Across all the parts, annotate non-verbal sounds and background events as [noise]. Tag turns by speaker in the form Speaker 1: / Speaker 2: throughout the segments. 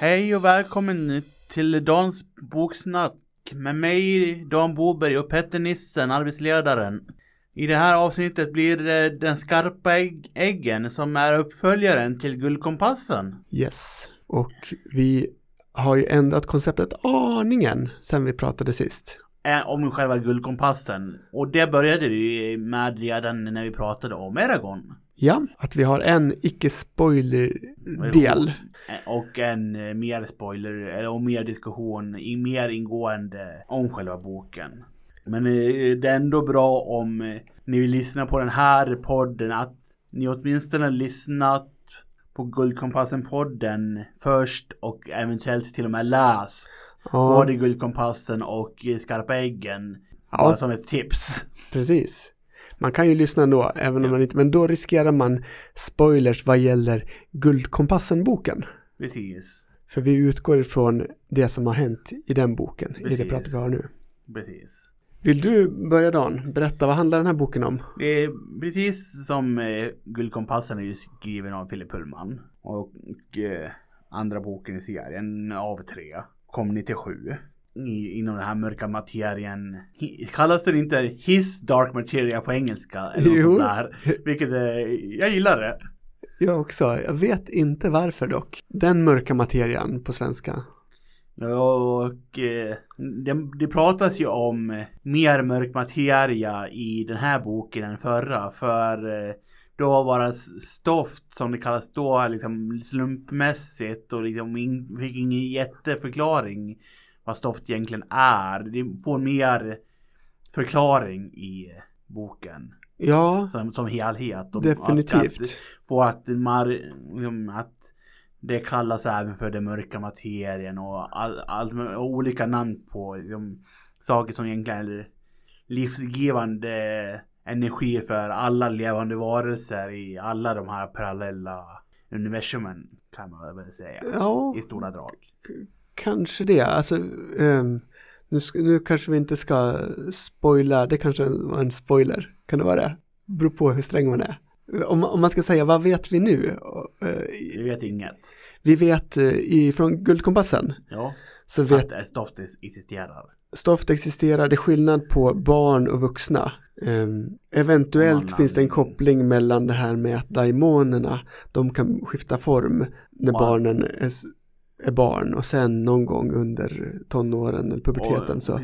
Speaker 1: Hej och välkommen till Dans boksnack med mig Dan Boberg och Petter Nissen, arbetsledaren. I det här avsnittet blir det Den skarpa ägg- äggen som är uppföljaren till Guldkompassen.
Speaker 2: Yes, och vi har ju ändrat konceptet aningen sen vi pratade sist.
Speaker 1: Eh, Om själva Guldkompassen. Och det började vi med redan när vi pratade om Eragon.
Speaker 2: Ja, att vi har en icke-spoiler-del.
Speaker 1: Eh, Och en eh, mer spoiler eller, och mer diskussion i mer ingående om själva boken. Men eh, det är ändå bra om eh, ni vill lyssna på den här podden att ni åtminstone har lyssnat på Guldkompassen-podden först och eventuellt till och med läst
Speaker 2: Ja,
Speaker 1: både Guldkompassen och eh, Skarpa Äggen. Bara
Speaker 2: ja,
Speaker 1: som ett tips.
Speaker 2: precis. Man kan ju lyssna ändå, även om man inte, men då riskerar man spoilers vad gäller Guldkompassen-boken.
Speaker 1: Precis.
Speaker 2: För vi utgår ifrån det som har hänt i den boken, i
Speaker 1: Precis.
Speaker 2: det pratet vi har nu.
Speaker 1: Precis.
Speaker 2: Vill du börja Dan? Berätta, vad handlar den här boken om?
Speaker 1: Det är precis som eh, Guldkompassen är ju skriven av Philip Pullman. Och, eh, andra boken i serien av tre kom 97. I, inom den här mörka materien. Hi- Kallas den inte His Dark Materia på engelska? Eller något
Speaker 2: Jo.
Speaker 1: sånt där. Vilket eh, jag gillar det.
Speaker 2: Jag också, jag vet inte varför dock. Den mörka materian på svenska.
Speaker 1: Och eh, det, det pratas ju om eh, mer mörk materia i den här boken än förra. För eh, då var det stoft som det kallas då liksom slumpmässigt och liksom in, fick ingen jätteförklaring vad stoft egentligen är. Det får mer förklaring i eh, boken
Speaker 2: Ja,
Speaker 1: som, som helhet. Och
Speaker 2: definitivt.
Speaker 1: Att, att, på att, mar, liksom, att det kallas även för den mörka materien och all, allt med olika namn på liksom, saker som egentligen är livsgivande energi för alla levande varelser i alla de här parallella universumen kan man väl säga
Speaker 2: Ja,
Speaker 1: i stora drag.
Speaker 2: kanske det. Alltså, ehm, nu, sk- nu kanske vi inte ska spoila, det kanske var en spoiler, kan det vara det? Beror på hur sträng man är. Om, man- om man ska säga, vad vet vi nu? Eh,
Speaker 1: Vi vet inget.
Speaker 2: Vi vet eh, i- från Guldkompassen,
Speaker 1: Ja,
Speaker 2: så vet
Speaker 1: att stoft existerar.
Speaker 2: Stoft existerar, det är skillnad på barn och vuxna. Ehm, eventuellt
Speaker 1: Mellan-
Speaker 2: finns det en koppling mellan det här med att daimonerna, de kan skifta form när
Speaker 1: Ja.
Speaker 2: barnen är, s- är barn och sen någon gång under tonåren eller puberteten
Speaker 1: och
Speaker 2: så.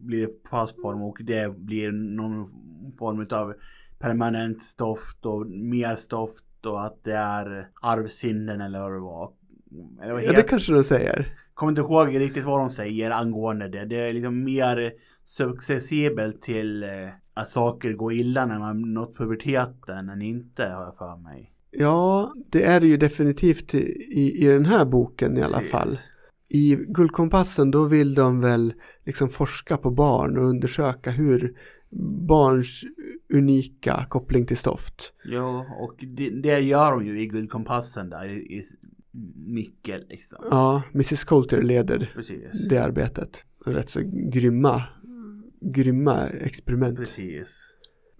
Speaker 1: Blir fast form och det blir någon form av permanent stoft och mer stoft och att det är arvsynden eller vad det var. Eller vad
Speaker 2: Ja, det
Speaker 1: heter-
Speaker 2: kanske de säger.
Speaker 1: Kommer inte ihåg riktigt vad de säger angående det. Det är liksom mer successibelt till eh, att saker går illa när man nått puberteten än inte har jag för mig.
Speaker 2: Ja, det är det ju definitivt i, i den här boken i alla
Speaker 1: Precis.
Speaker 2: fall. I Guldkompassen då vill de väl liksom forska på barn och undersöka hur barns unika koppling till stoft.
Speaker 1: Ja, och det, det gör de ju i Guldkompassen där i, i mycket liksom.
Speaker 2: Ja, Mrs Coulter leder
Speaker 1: Precis.
Speaker 2: det arbetet. Rätt så grymma, grymma experiment.
Speaker 1: Precis.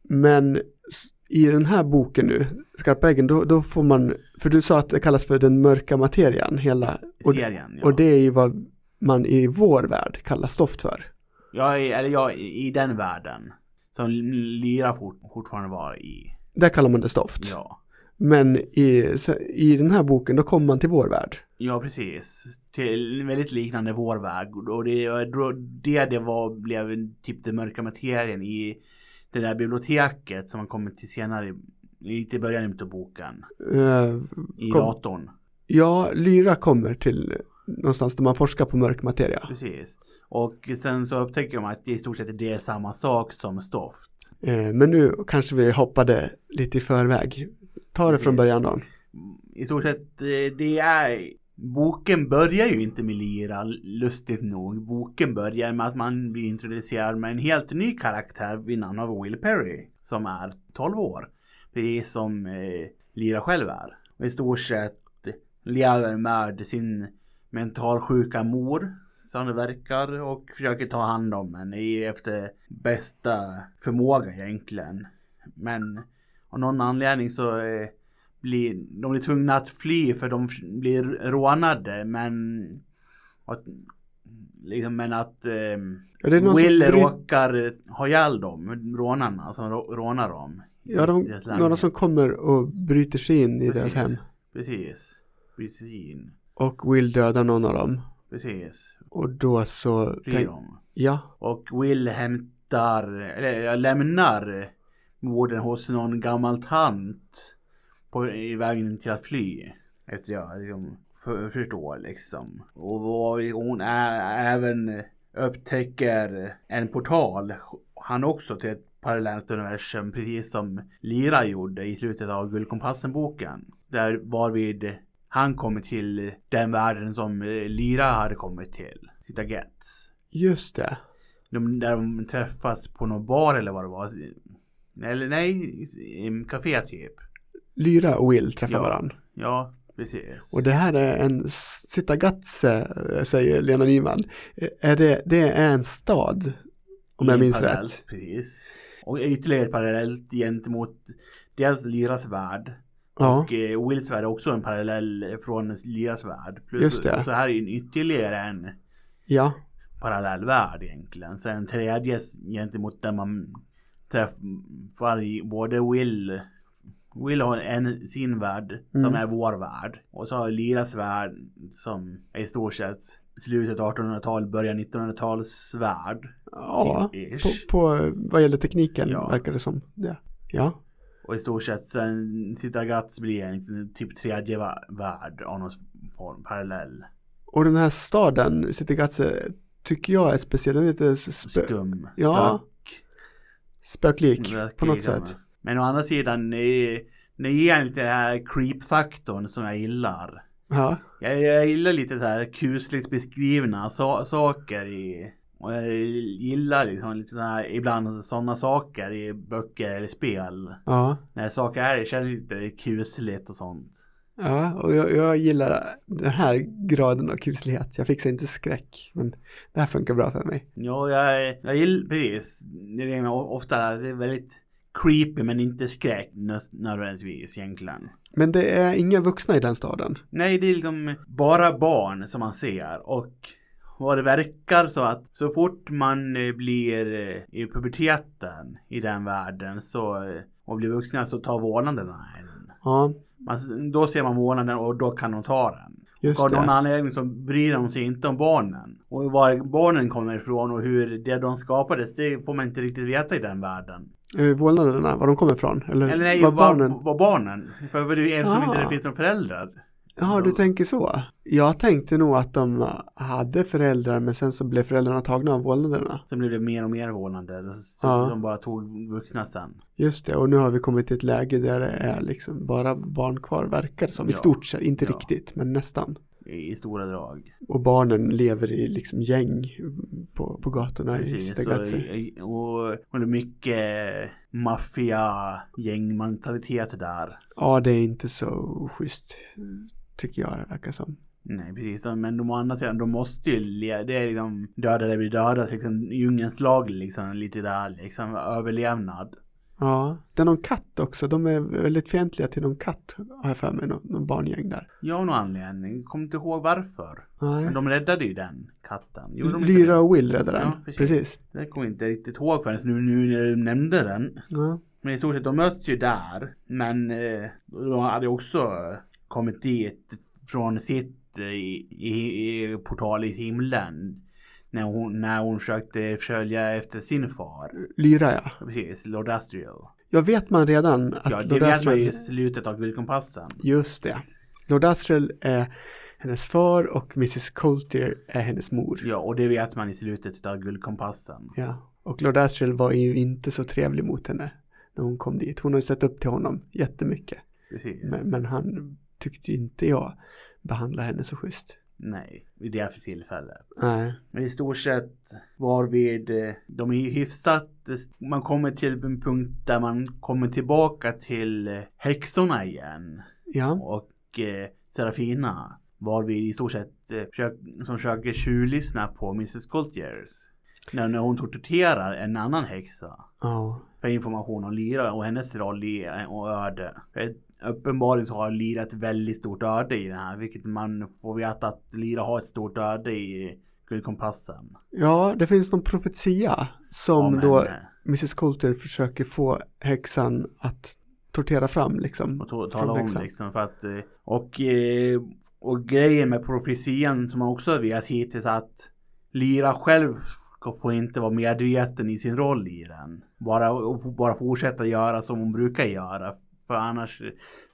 Speaker 2: Men s- i den här boken nu, Skarpa äggen, då, då får man, för du sa att det kallas för den mörka materian, hela, och,
Speaker 1: serien. Ja.
Speaker 2: och det är ju vad man i vår värld kallar stoft för.
Speaker 1: jag är, eller jag är i den världen. Som Lyra fort, fortfarande var i.
Speaker 2: Där kallar man det stoft.
Speaker 1: Ja.
Speaker 2: Men i, så- i den här boken, då kommer man till vår värld.
Speaker 1: Ja precis. Till väldigt liknande vår väg. Och det då- det, det var, blev typ den mörka materien i det där biblioteket som man kommer till senare. i- Lite i början av boken.
Speaker 2: Eh,
Speaker 1: I
Speaker 2: Kom.
Speaker 1: datorn.
Speaker 2: ja, Lyra kommer till någonstans där man forskar på mörk materia.
Speaker 1: Precis. Och sen så upptäcker man att det i stort sett det är samma sak som stoft.
Speaker 2: Eh, Men nu kanske vi hoppade lite i förväg. Ta det från början då.
Speaker 1: i stort sett eh, det är Boken börjar ju inte med Lyra, lustigt nog. Boken börjar med att man blir introducerad med en helt ny karaktär vid namn av Will Perry. Som är 12 år. Precis som eh, Lyra själv är. Och i stort sett lever med sin mentalsjuka mor som det verkar och försöker ta hand om henne i- efter bästa förmåga egentligen. Men av någon anledning så eh, blir de blir tvungna att fly för de f- blir rånade men att, liksom, men att ehm,
Speaker 2: Ja, det är någon som
Speaker 1: Will
Speaker 2: bryt-
Speaker 1: råkar eh, ha ihjäl dem, rånarna som rå- rånar dem. i
Speaker 2: Ja, de,
Speaker 1: deras
Speaker 2: några
Speaker 1: lägenhet.
Speaker 2: som kommer och bryter sig in i deras
Speaker 1: Precis.
Speaker 2: hem.
Speaker 1: Precis. Precis.
Speaker 2: Och Will dödar någon av dem.
Speaker 1: Precis.
Speaker 2: Och då så...
Speaker 1: Flyr de.
Speaker 2: ja,
Speaker 1: Och Will hämtar, eller ja, lämnar morden hos någon gammal tant. På, I vägen till att fly. Efter jag liksom, för, förstår liksom. Och, vad- hon är, även upptäcker en portal. Han också till ett parallellt universum. Precis som Lira gjorde i slutet av Guldkompassen-boken. Där varvid han kommer till den världen som eh, Lyra hade kommit till. Sitt agent.
Speaker 2: just det.
Speaker 1: De, där de träffas på någon bar eller vad det var. Eller nej, i en café typ.
Speaker 2: Lyra och Will träffar
Speaker 1: Ja.
Speaker 2: varandra.
Speaker 1: Ja, precis.
Speaker 2: Och det här är en Sitagatse, säger Lena Nyman. Eh, Är det, det är en stad, om
Speaker 1: I
Speaker 2: jag
Speaker 1: en
Speaker 2: minns
Speaker 1: parallell,
Speaker 2: rätt.
Speaker 1: Precis. Och ytterligare ett parallellt gentemot dels Liras värld.
Speaker 2: Ja,
Speaker 1: Och eh, Wills värld är också en parallell från Liras värld. Plus,
Speaker 2: Just det.
Speaker 1: Så här är ju en ytterligare en
Speaker 2: ja,
Speaker 1: parallell värld egentligen. Sen tredje gentemot där man träffar i- både Will Will har en sin värld som
Speaker 2: Mm.
Speaker 1: är vår värld. Och så har Liras värld som är i stort sett slutet 1800-tal, början 1900-tals värld.
Speaker 2: ja
Speaker 1: Ish.
Speaker 2: på, på, vad gäller tekniken
Speaker 1: Ja.
Speaker 2: verkar det som det. Ja,
Speaker 1: Och i stort sett sen Sitagats blir en typ tredje va- värld av någon form, parallell.
Speaker 2: och den här staden, Sitagatse, tycker jag är speciell. Den är lite spö,
Speaker 1: Skum.
Speaker 2: Ja,
Speaker 1: spök.
Speaker 2: spöklik
Speaker 1: Verkligen.
Speaker 2: på något sätt.
Speaker 1: Men å andra sidan, ni, ni ger lite den här creep-faktorn som jag gillar.
Speaker 2: Ja,
Speaker 1: Jag, jag gillar lite så här kusligt beskrivna sa- saker i... Och jag gillar liksom lite så här, ibland sådana saker i böcker eller spel.
Speaker 2: ja.
Speaker 1: När saker är, känns lite kusligt och sånt.
Speaker 2: Ja, och jag, jag gillar den här graden av kuslighet. Jag fixar inte skräck, men det här funkar bra för mig.
Speaker 1: Ja, jag, jag gillar precis. Det är ofta det är väldigt creepy men inte skräck nö- nödvändigtvis egentligen.
Speaker 2: Men det är inga vuxna i den staden.
Speaker 1: Nej, det är liksom bara barn som man ser och vad det verkar så att så fort man eh, blir eh, i puberteten i den världen så eh, och blir vuxna så tar vårdnaderna en.
Speaker 2: Ja,
Speaker 1: Man, då ser man vårdnaden och då kan de ta den. Och
Speaker 2: just
Speaker 1: av någon
Speaker 2: det.
Speaker 1: anledning så bryr de sig inte om barnen. Och var barnen kommer ifrån och hur det de skapades det får man inte riktigt veta i den världen.
Speaker 2: Eh, Vålnaderna, var de kommer ifrån? Eller,
Speaker 1: Eller nej,
Speaker 2: var
Speaker 1: var,
Speaker 2: barnen?
Speaker 1: var barnen. För det är ju eftersom
Speaker 2: Ah.
Speaker 1: inte det finns några föräldrar.
Speaker 2: Ja, du tänker så. Jag tänkte nog att de hade föräldrar, men sen så blev föräldrarna tagna av vålnaderna.
Speaker 1: Sen blev det mer och mer vårdnader. Så
Speaker 2: Ja.
Speaker 1: de bara tog vuxna sen.
Speaker 2: Just det, och nu har vi kommit till ett läge där det är liksom bara barn kvar, verkar det som. I
Speaker 1: Ja.
Speaker 2: stort sett, inte
Speaker 1: Ja.
Speaker 2: riktigt, men nästan.
Speaker 1: I, i stora drag.
Speaker 2: Och barnen lever i liksom gäng på, på gatorna i
Speaker 1: Precis. Så,
Speaker 2: Sitagatse.
Speaker 1: i- och, och det är mycket maffia gängmentalitet där.
Speaker 2: Ja, det är inte så schysst tycker jag det verkar som.
Speaker 1: Nej precis. Men de å andra sidan, de måste ju le- Det är liksom döda eller bli döda. så Liksom, djungelns lag liksom. Lite där liksom. Överlevnad.
Speaker 2: Ja, det är någon katt också. De är väldigt fientliga till någon katt har jag för mig, någon, någon barngäng där.
Speaker 1: Jag har någon anledning. Kommer inte ihåg varför. Men
Speaker 2: Nej.
Speaker 1: de räddade ju den katten. Gjorde de inte det?
Speaker 2: Lyra och Will räddar den.
Speaker 1: Ja,
Speaker 2: precis.
Speaker 1: precis. Det kommer jag inte riktigt ihåg förrän nu, nu när du nämnde den.
Speaker 2: Ja.
Speaker 1: Men i stort sett, de möts ju där. Men eh, de hade också kommit dit från sitt eh, i, i, i portal i himlen. När hon, när hon försökte följa efter sin far.
Speaker 2: Lyra ja.
Speaker 1: Precis, Lord Astriel.
Speaker 2: Jag vet man redan att
Speaker 1: Ja, det
Speaker 2: Lord
Speaker 1: vet man ju i
Speaker 2: Asriel,
Speaker 1: slutet av Guldkompassen.
Speaker 2: just det. Lord Asriel är hennes far och Mrs Coulter är hennes mor.
Speaker 1: Ja, och det vet man i slutet av Guldkompassen.
Speaker 2: Ja. Och Lord Asriel var ju inte så trevlig mot henne när hon kom dit. Hon har ju sett upp till honom jättemycket.
Speaker 1: Precis.
Speaker 2: Men, men han tyckte inte jag behandlade henne så schysst.
Speaker 1: Nej, i det här för tillfället.
Speaker 2: Nej.
Speaker 1: Men i stort sett varvid eh, de är ju hyfsat, eh, man kommer till en punkt där man kommer tillbaka till eh, häxorna igen.
Speaker 2: Ja,
Speaker 1: Och eh, Serafina. Varvid i stort sett eh, försök- som försöker tjuvlyssna på Mrs Coltiers. När, när hon torterar en annan häxa.
Speaker 2: Ja.
Speaker 1: För information om Lyra och hennes roll i, eh, och öde. För uppenbarligen så har Lyra ett väldigt stort öde i den här. Vilket man får veta att Lyra har ett stort öde i Guldkompassen.
Speaker 2: Ja, det finns någon profetia som
Speaker 1: Om
Speaker 2: då
Speaker 1: henne.
Speaker 2: Mrs Coulter försöker få häxan att tortera fram liksom.
Speaker 1: Och to-
Speaker 2: från
Speaker 1: tala om
Speaker 2: häxan.
Speaker 1: liksom för att eh, och, eh, och grejen med profetian som man också vet hittills att Lyra själv ska- får inte vara medveten i sin roll i den. Bara, och f- bara fortsätta göra som hon brukar göra. För annars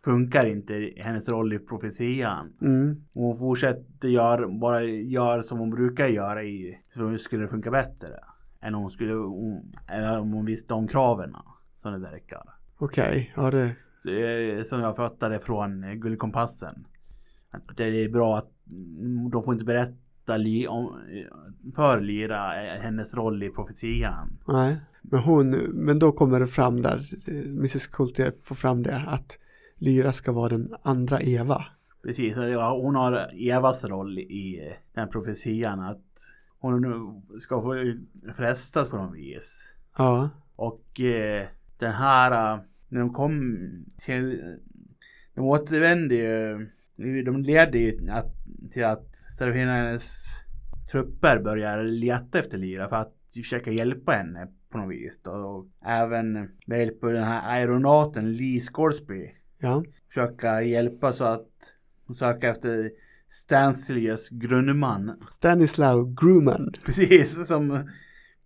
Speaker 1: funkar inte hennes roll i profetian.
Speaker 2: Mm.
Speaker 1: Om hon fortsätter göra, bara gör som hon brukar göra i, så skulle det funka bättre. Än om hon, skulle, om, eller om hon visste om kraven. Som det verkar.
Speaker 2: Okej, ja det.
Speaker 1: Så, eh, som jag fattade från eh, Guldkompassen. Att det är bra att mm, de får inte berätta li, om, eh, för Lyra eh, hennes roll i profetian.
Speaker 2: Nej. Men hon, men då kommer det fram där, eh, Mrs Coulter får fram det att Lyra ska vara den andra Eva.
Speaker 1: Precis, så det var- hon har Evas roll i eh, den profetian att hon nu ska få eh, frestas på något vis.
Speaker 2: Ja,
Speaker 1: Och eh, den här, eh, när de kom till, de återvände ju, de ledde ju att, till att Serafina och hennes trupper börjar leta efter Lyra för att försöka hjälpa henne på något vis. Då. Och även med hjälp av den här aeronauten Lee Scoresby
Speaker 2: ja,
Speaker 1: försöka hjälpa så att söka efter Stansilius grundman
Speaker 2: Stanislaw Grumman.
Speaker 1: Precis, som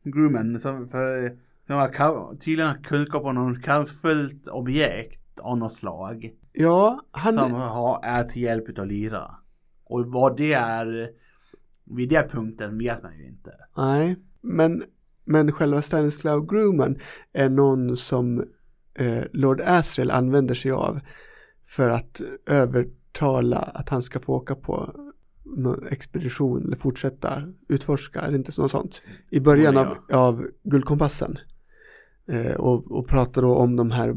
Speaker 1: Grumman. Som, för, som har ka- tydligen har kunskap om något kraftfullt objekt av något slag.
Speaker 2: Ja, han,
Speaker 1: Som har, är till hjälp utav Lyra. Och vad det är vid den punkten vet man ju inte.
Speaker 2: nej, men, men själva Stanislaw Grumman är någon som eh, Lord Asriel använder sig av för att övertala att han ska få åka på någon expedition eller fortsätta utforska, eller inte så- något sånt, i början
Speaker 1: Ja,
Speaker 2: av, av Guldkompassen. Eh, och, och pratar då om de här eh,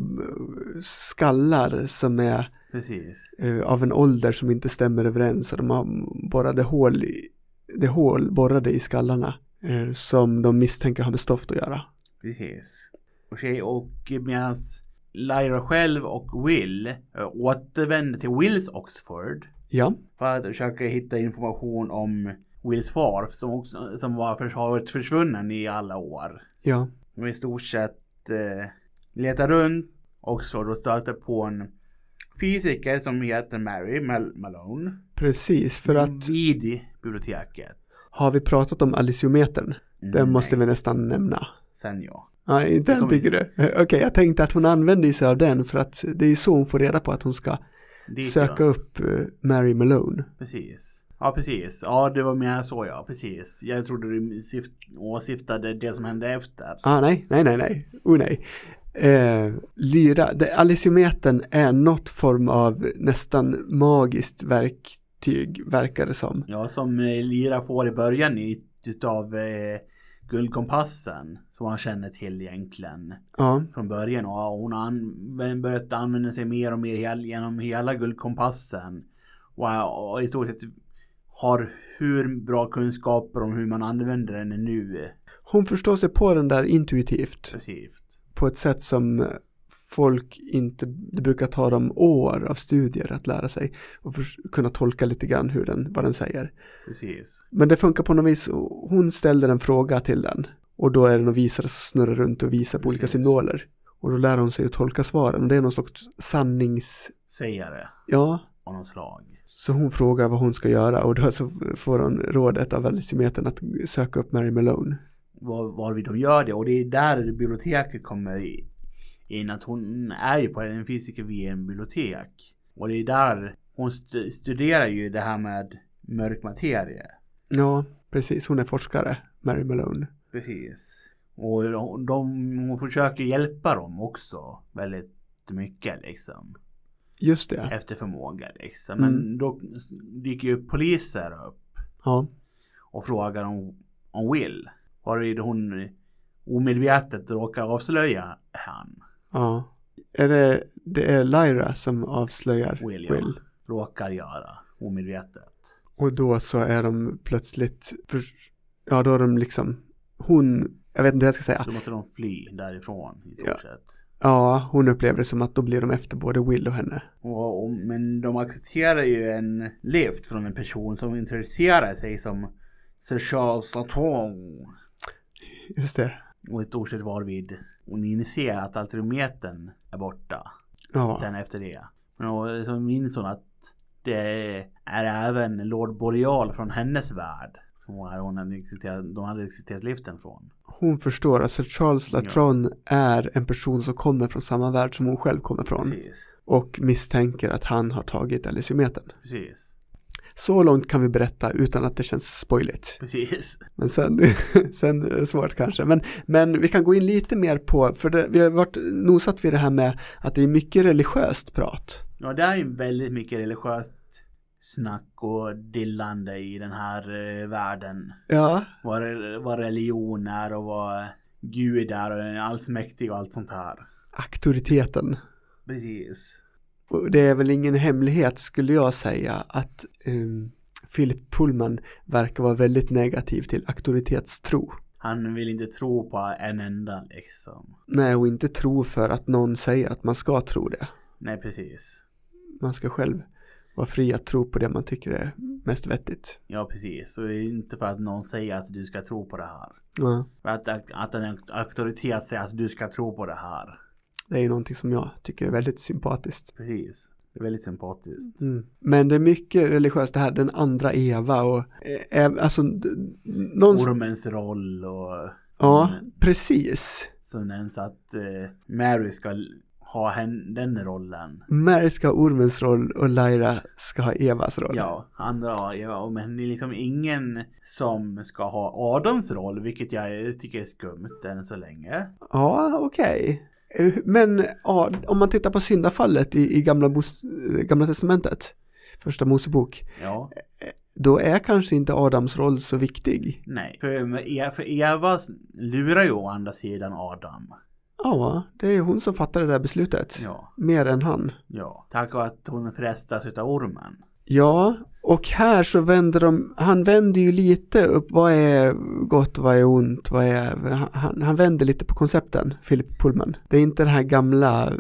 Speaker 2: skallar som är
Speaker 1: Precis.
Speaker 2: eh, av en ålder som inte stämmer överens och de har borrade hål, i, det är hål borrade i skallarna eh, som de misstänker har med stoft att göra.
Speaker 1: Precis. Och, tjej- och medan Lyra själv och Will eh, återvänder till Wills Oxford.
Speaker 2: Ja,
Speaker 1: För att försöka hitta information om Wills far som, också, som var, för- har varit försvunnen i alla år.
Speaker 2: ja,
Speaker 1: Och i stort sett eh, letar runt och så då stöter på en fysiker som heter Mary Mal- Malone.
Speaker 2: precis. För att
Speaker 1: Vid biblioteket. Mm,
Speaker 2: har vi pratat om aliciometern? Den måste
Speaker 1: Nej,
Speaker 2: vi nästan nämna.
Speaker 1: Sen ja.
Speaker 2: Nej, inte den
Speaker 1: kommer
Speaker 2: tycker du? Eh, Okej, jag tänkte att hon använder sig av den för att det är så hon får reda på att hon ska
Speaker 1: Dit,
Speaker 2: söka
Speaker 1: ja.
Speaker 2: upp eh, Mary Malone.
Speaker 1: Precis. Ja precis. Ja det var mer så ja. Precis. Jag trodde du syft- åsyftade det som hände efter.
Speaker 2: Ah, nej, nej, nej, nej, oh nej. Eh, lyra, det, aliciometern är något form av nästan magiskt verktyg, verkar det som.
Speaker 1: Ja som eh, Lira får i början i, utav eh, guldkompassen. Som han känner till egentligen.
Speaker 2: Ja,
Speaker 1: från början och hon har anv- börjat använda sig mer och mer hel- genom hela guldkompassen. Och, och i stort sett har hur bra kunskaper om hur man använder den nu.
Speaker 2: hon förstår sig på den där intuitivt
Speaker 1: Precis.
Speaker 2: på ett sätt som folk inte, det brukar ta dem år av studier att lära sig och förs- kunna tolka lite grann hur den, vad den säger.
Speaker 1: Precis.
Speaker 2: Men det funkar på något vis, och hon ställer en fråga till den och då är det någon visare som snurrar runt och visar på olika
Speaker 1: Precis.
Speaker 2: symboler. Och då lär hon sig att tolka svaren och det är någon slags sannings,
Speaker 1: Sägare
Speaker 2: ja,
Speaker 1: av något slag.
Speaker 2: så hon frågar vad hon ska göra och då så får hon rådet av Alicimetern att söka upp Mary Malone.
Speaker 1: Var, varvid de gör det och det är där biblioteket kommer i- in. Att hon är ju på en fysiker vid en bibliotek. Och det är där hon st- studerar ju det här med mörk materia.
Speaker 2: Ja, precis, hon är forskare, Mary Malone.
Speaker 1: Precis. Och de, hon försöker hjälpa dem också väldigt mycket liksom.
Speaker 2: Just det,
Speaker 1: Efter förmåga liksom. Men
Speaker 2: Mm.
Speaker 1: då dyker ju poliser upp
Speaker 2: ja,
Speaker 1: och frågar om, om Will. Varvid hon omedvetet råkar avslöja han.
Speaker 2: ja. Är det, det är Lyra som avslöjar
Speaker 1: Will, ja. råkar göra omedvetet.
Speaker 2: Och då så är de plötsligt, förs- ja då är de liksom, hon, jag vet inte vad jag ska säga,
Speaker 1: Då måste de fly därifrån i stort
Speaker 2: Ah. Ja.
Speaker 1: sett.
Speaker 2: ja hon upplever det som att då blir de efter både Will och henne.
Speaker 1: Och, och, men de accepterar ju en lift från en person som introducerar sig som Sir Charles Laton.
Speaker 2: Just det.
Speaker 1: Och i stort sett varvid hon inser att altrometern är borta.
Speaker 2: Ja,
Speaker 1: Sen efter det. Men och så minns hon att det är även Lord Boreal från hennes värld. Som hon, hon hade existerat, de hade existerat liften från.
Speaker 2: hon förstår att Sir Charles Latron är en person som kommer från samma värld som hon själv kommer från
Speaker 1: Precis.
Speaker 2: och misstänker att han har tagit Elysiumetern.
Speaker 1: Precis.
Speaker 2: Så långt kan vi berätta utan att det känns spoiligt.
Speaker 1: Precis.
Speaker 2: Men sen, [laughs] sen är det svårt kanske. Men, men vi kan gå in lite mer på, för det, vi har varit nosat vid det här med att det är mycket religiöst prat.
Speaker 1: Ja, det är ju väldigt mycket religiöst snack och dillande i den här eh, världen.
Speaker 2: Ja,
Speaker 1: Vad, re- vad religion är och vad Gud är och den allsmäktig och allt sånt här.
Speaker 2: auktoriteten.
Speaker 1: Precis.
Speaker 2: Och det är väl ingen hemlighet skulle jag säga att um, Philip Pullman verkar vara väldigt negativ till auktoritetstro.
Speaker 1: Han vill inte tro på en enda liksom.
Speaker 2: Nej, och inte tro för att någon säger att man ska tro det.
Speaker 1: Nej, precis.
Speaker 2: Man ska själv vara fri att tro på det man tycker är mest vettigt.
Speaker 1: Ja, precis. Och det är inte för att någon säger att du ska tro på det här.
Speaker 2: Ja,
Speaker 1: För att, att en auktoritet säger att du ska tro på det här.
Speaker 2: det är ju någonting som jag tycker är väldigt sympatiskt.
Speaker 1: Precis. Det är väldigt sympatiskt.
Speaker 2: Mm. Men det är mycket religiöst det här, den andra Eva och eh, eh, alltså d- någon,
Speaker 1: Ormens roll och
Speaker 2: ja, precis.
Speaker 1: som nämns att eh, Mary ska l- ha hen, den rollen.
Speaker 2: Mary ska ha ormens roll och Lyra ska ha Evas roll.
Speaker 1: Ja, andra ja, men det är liksom ingen som ska ha Adams roll, vilket jag tycker är skumt än så länge.
Speaker 2: Ja, okej. Eh, Men ja, om man tittar på syndafallet i, i gamla, Mos- eh, gamla testamentet, första Mosebok,
Speaker 1: Ja,
Speaker 2: då är kanske inte Adams roll så viktig.
Speaker 1: nej. För, men E- för Eva s- lurar ju å andra sidan Adam.
Speaker 2: Ja, det är hon som fattar det där beslutet.
Speaker 1: Ja,
Speaker 2: Mer än han.
Speaker 1: ja. Tack vare att hon frestas utav ormen.
Speaker 2: Ja, och här så vänder de, han vänder ju lite upp, vad är gott, vad är ont, vad är, han, han vänder lite på koncepten, Philip Pullman. Det är inte den här gamla eh,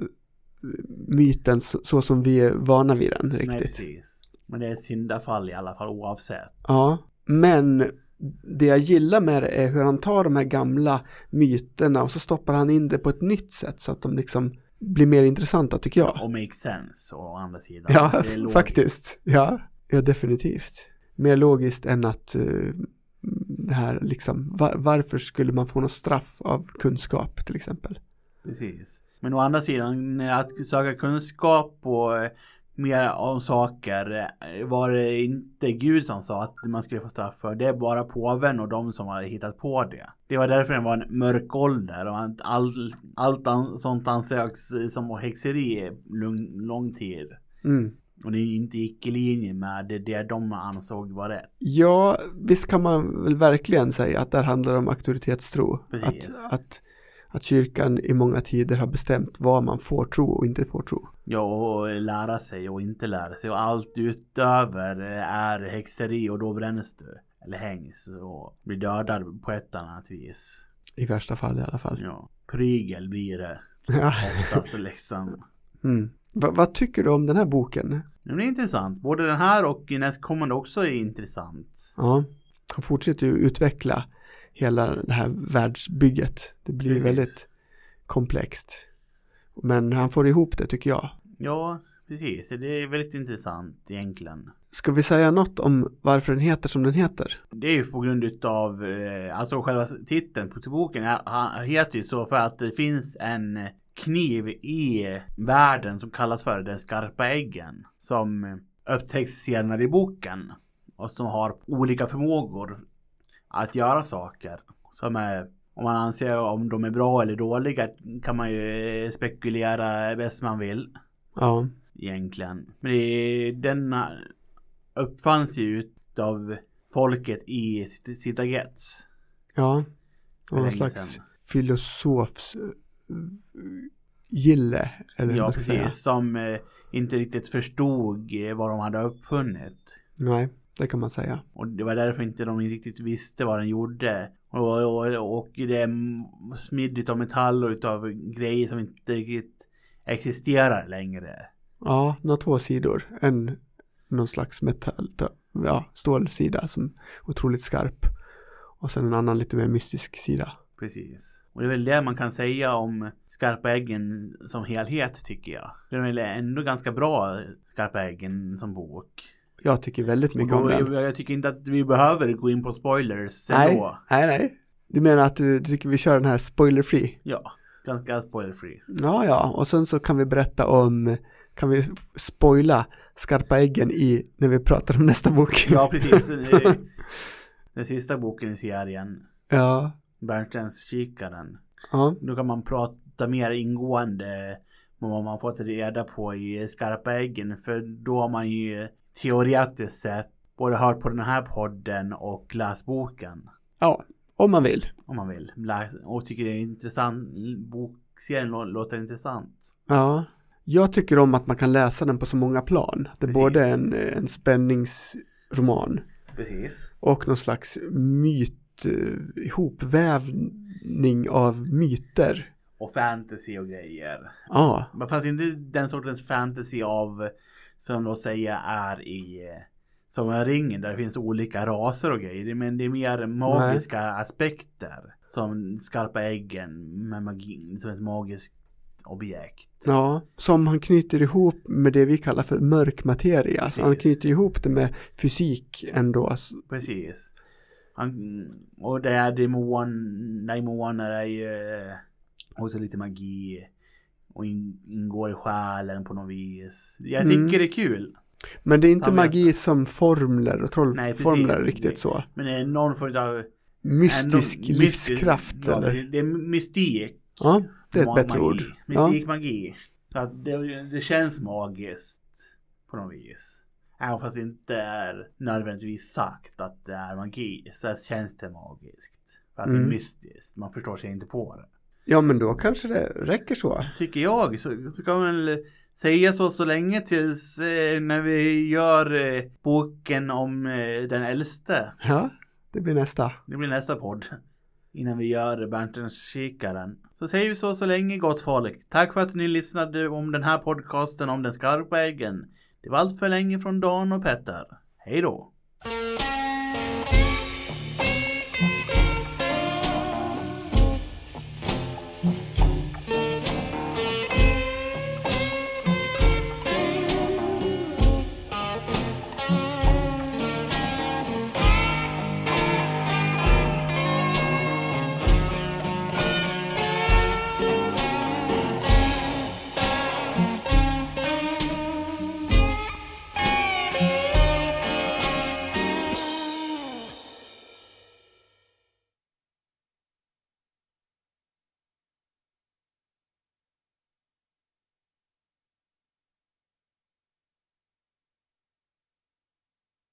Speaker 2: myten så, så som vi är vana vid den
Speaker 1: Nej,
Speaker 2: riktigt.
Speaker 1: precis. Men det är ett syndafall i alla fall oavsett.
Speaker 2: ja, men det jag gillar med det är hur han tar de här gamla myterna och så stoppar han in det på ett nytt sätt så att de liksom blir mer intressanta tycker jag.
Speaker 1: Och makes sense å andra sidan.
Speaker 2: Ja,
Speaker 1: Det är logiskt.
Speaker 2: faktiskt. Ja. ja, definitivt. Mer logiskt än att eh, det här liksom, va- varför skulle man få något straff av kunskap till exempel?
Speaker 1: Precis. Men å andra sidan, eh, att söka kunskap och eh, mer om saker eh, var det inte Gud som sa att man skulle få straff för. Det är bara påven och de som har hittat på det. Det var därför den var en mörk ålder och att allt, allt an, sånt ansågs eh, som häxeri lång, lång tid. Och det inte gick i linje med det, det de ansåg var rätt.
Speaker 2: Ja, visst kan man väl verkligen säga att det här handlar om auktoritetstro.
Speaker 1: Precis.
Speaker 2: Att, att, att kyrkan i många tider har bestämt vad man får tro och inte får tro.
Speaker 1: Ja, och lära sig och inte lära sig. Och allt utöver eh, är häxeri och då bränns du. Eller hängs och blir dödad på ett annat vis.
Speaker 2: I värsta fall i alla fall.
Speaker 1: Ja. Prygel blir det
Speaker 2: Ja.
Speaker 1: oftast liksom.
Speaker 2: Mm. Va, vad tycker du om den här boken?
Speaker 1: Men det är intressant. Både den här och nästkommande också är intressant.
Speaker 2: Ja, han fortsätter ju utveckla hela det här världsbygget. Det blir ju
Speaker 1: Precis.
Speaker 2: väldigt komplext. Men han får ihop det tycker jag.
Speaker 1: Ja, precis. Det är väldigt intressant egentligen.
Speaker 2: Ska vi säga något om varför den heter som den heter?
Speaker 1: Det är ju på grund utav, eh, alltså själva titeln på till boken är- han heter ju så för att det finns en kniv i världen som kallas för den skarpa äggen. Som upptäcks senare i boken. Och som har olika förmågor att göra saker. Som är, om man anser om de är bra eller dåliga kan man ju eh, spekulera bäst man vill
Speaker 2: Ja,
Speaker 1: egentligen. Men det är, denna uppfanns ju av folket i sitt- sina gets.
Speaker 2: ja.
Speaker 1: För
Speaker 2: Det var
Speaker 1: länge
Speaker 2: någon slags
Speaker 1: sedan.
Speaker 2: filosofs eh, gille. Eller vad
Speaker 1: Ja,
Speaker 2: man ska
Speaker 1: precis.
Speaker 2: säga.
Speaker 1: Som eh, inte riktigt förstod eh, vad de hade uppfunnit.
Speaker 2: Nej, det kan man säga.
Speaker 1: Och det var därför inte de riktigt visste vad den gjorde. Och, och, och det är smidd utav metall och utav grejer som inte riktigt existerar längre.
Speaker 2: Ja, några två sidor. En någon slags metall, ja, stålsida som är otroligt skarp. Och sen en annan lite mer mystisk sida.
Speaker 1: Precis. Och det är väl det man kan säga om skarpa äggen som helhet tycker jag. Den är väl ändå ganska bra, skarpa äggen som bok.
Speaker 2: Jag tycker väldigt mycket om
Speaker 1: Och
Speaker 2: den.
Speaker 1: jag, jag tycker inte att vi behöver gå in på spoilers
Speaker 2: Nej,
Speaker 1: ändå.
Speaker 2: nej, nej. Du menar att du, du tycker vi kör den här spoiler free?
Speaker 1: Ja, ganska spoiler free.
Speaker 2: Ja, ja, och sen så kan vi berätta om, kan vi spoila skarpa äggen i, när vi pratar om nästa bok.
Speaker 1: [laughs] Ja,
Speaker 2: [laughs]
Speaker 1: precis. Eh, Den sista boken i serien,
Speaker 2: Ja,
Speaker 1: Berntlandskikaren.
Speaker 2: ja,
Speaker 1: Då kan man prata mer ingående om vad man fått reda på i skarpa äggen. För då har man ju teoretiskt sett både hört på den här podden och läst boken.
Speaker 2: ja, om man vill.
Speaker 1: Om man vill. Läs- Och tycker det är intressant. Bokserien lå- låter intressant.
Speaker 2: Ja, jag tycker om att man kan läsa den på så många plan. Det är
Speaker 1: Precis.
Speaker 2: både en, en spänningsroman
Speaker 1: Precis.
Speaker 2: och någon slags myt, eh, ihopvävning av myter.
Speaker 1: Och fantasy och grejer.
Speaker 2: Ja,
Speaker 1: Men fast inte den sortens fantasy av som då säger är i eh, som en ringen där det finns olika raser och grejer. Men det är mer magiska aspekter. Som skarpa äggen med magi, som ett magiskt objekt.
Speaker 2: Ja, som han knyter ihop med det vi kallar för mörk materia. Så han
Speaker 1: Precis.
Speaker 2: knyter ihop det med fysik ändå. alltså.
Speaker 1: Precis. Han, och det är demon, demoner är ju eh, också lite magi. Och in, ingår i själen på något vis. Jag tycker
Speaker 2: Mm.
Speaker 1: det är kul.
Speaker 2: Men det är inte
Speaker 1: Samvete.
Speaker 2: magi som formler och
Speaker 1: Nej, precis.
Speaker 2: trollformler
Speaker 1: Det-
Speaker 2: riktigt så.
Speaker 1: Men det är någon form av Ändå
Speaker 2: Mystisk
Speaker 1: mystisk-
Speaker 2: livskraft
Speaker 1: ja,
Speaker 2: eller?
Speaker 1: Det är mystik.
Speaker 2: Ja, det är
Speaker 1: Ma-
Speaker 2: ett bättre
Speaker 1: magi.
Speaker 2: ord. Ja,
Speaker 1: Mystik, magi. Så att det, det känns magiskt på något vis. Även fast det inte är nödvändigtvis sagt att det är magi så känns det magiskt. För att det
Speaker 2: Mm.
Speaker 1: är mystiskt. Man förstår sig inte på det.
Speaker 2: ja, men då kanske det räcker så.
Speaker 1: Tycker jag så, så kan man väl säga så så länge tills eh, när vi gör eh, boken om eh, den äldste.
Speaker 2: Ja, det blir nästa.
Speaker 1: Det blir nästa podd. Innan vi gör Berntens kikaren. Så säger vi så så länge gott folk. Tack för att ni lyssnade om den här podcasten om den skarpa äggen. Det var allt för länge från Dan och Petter. Hej då!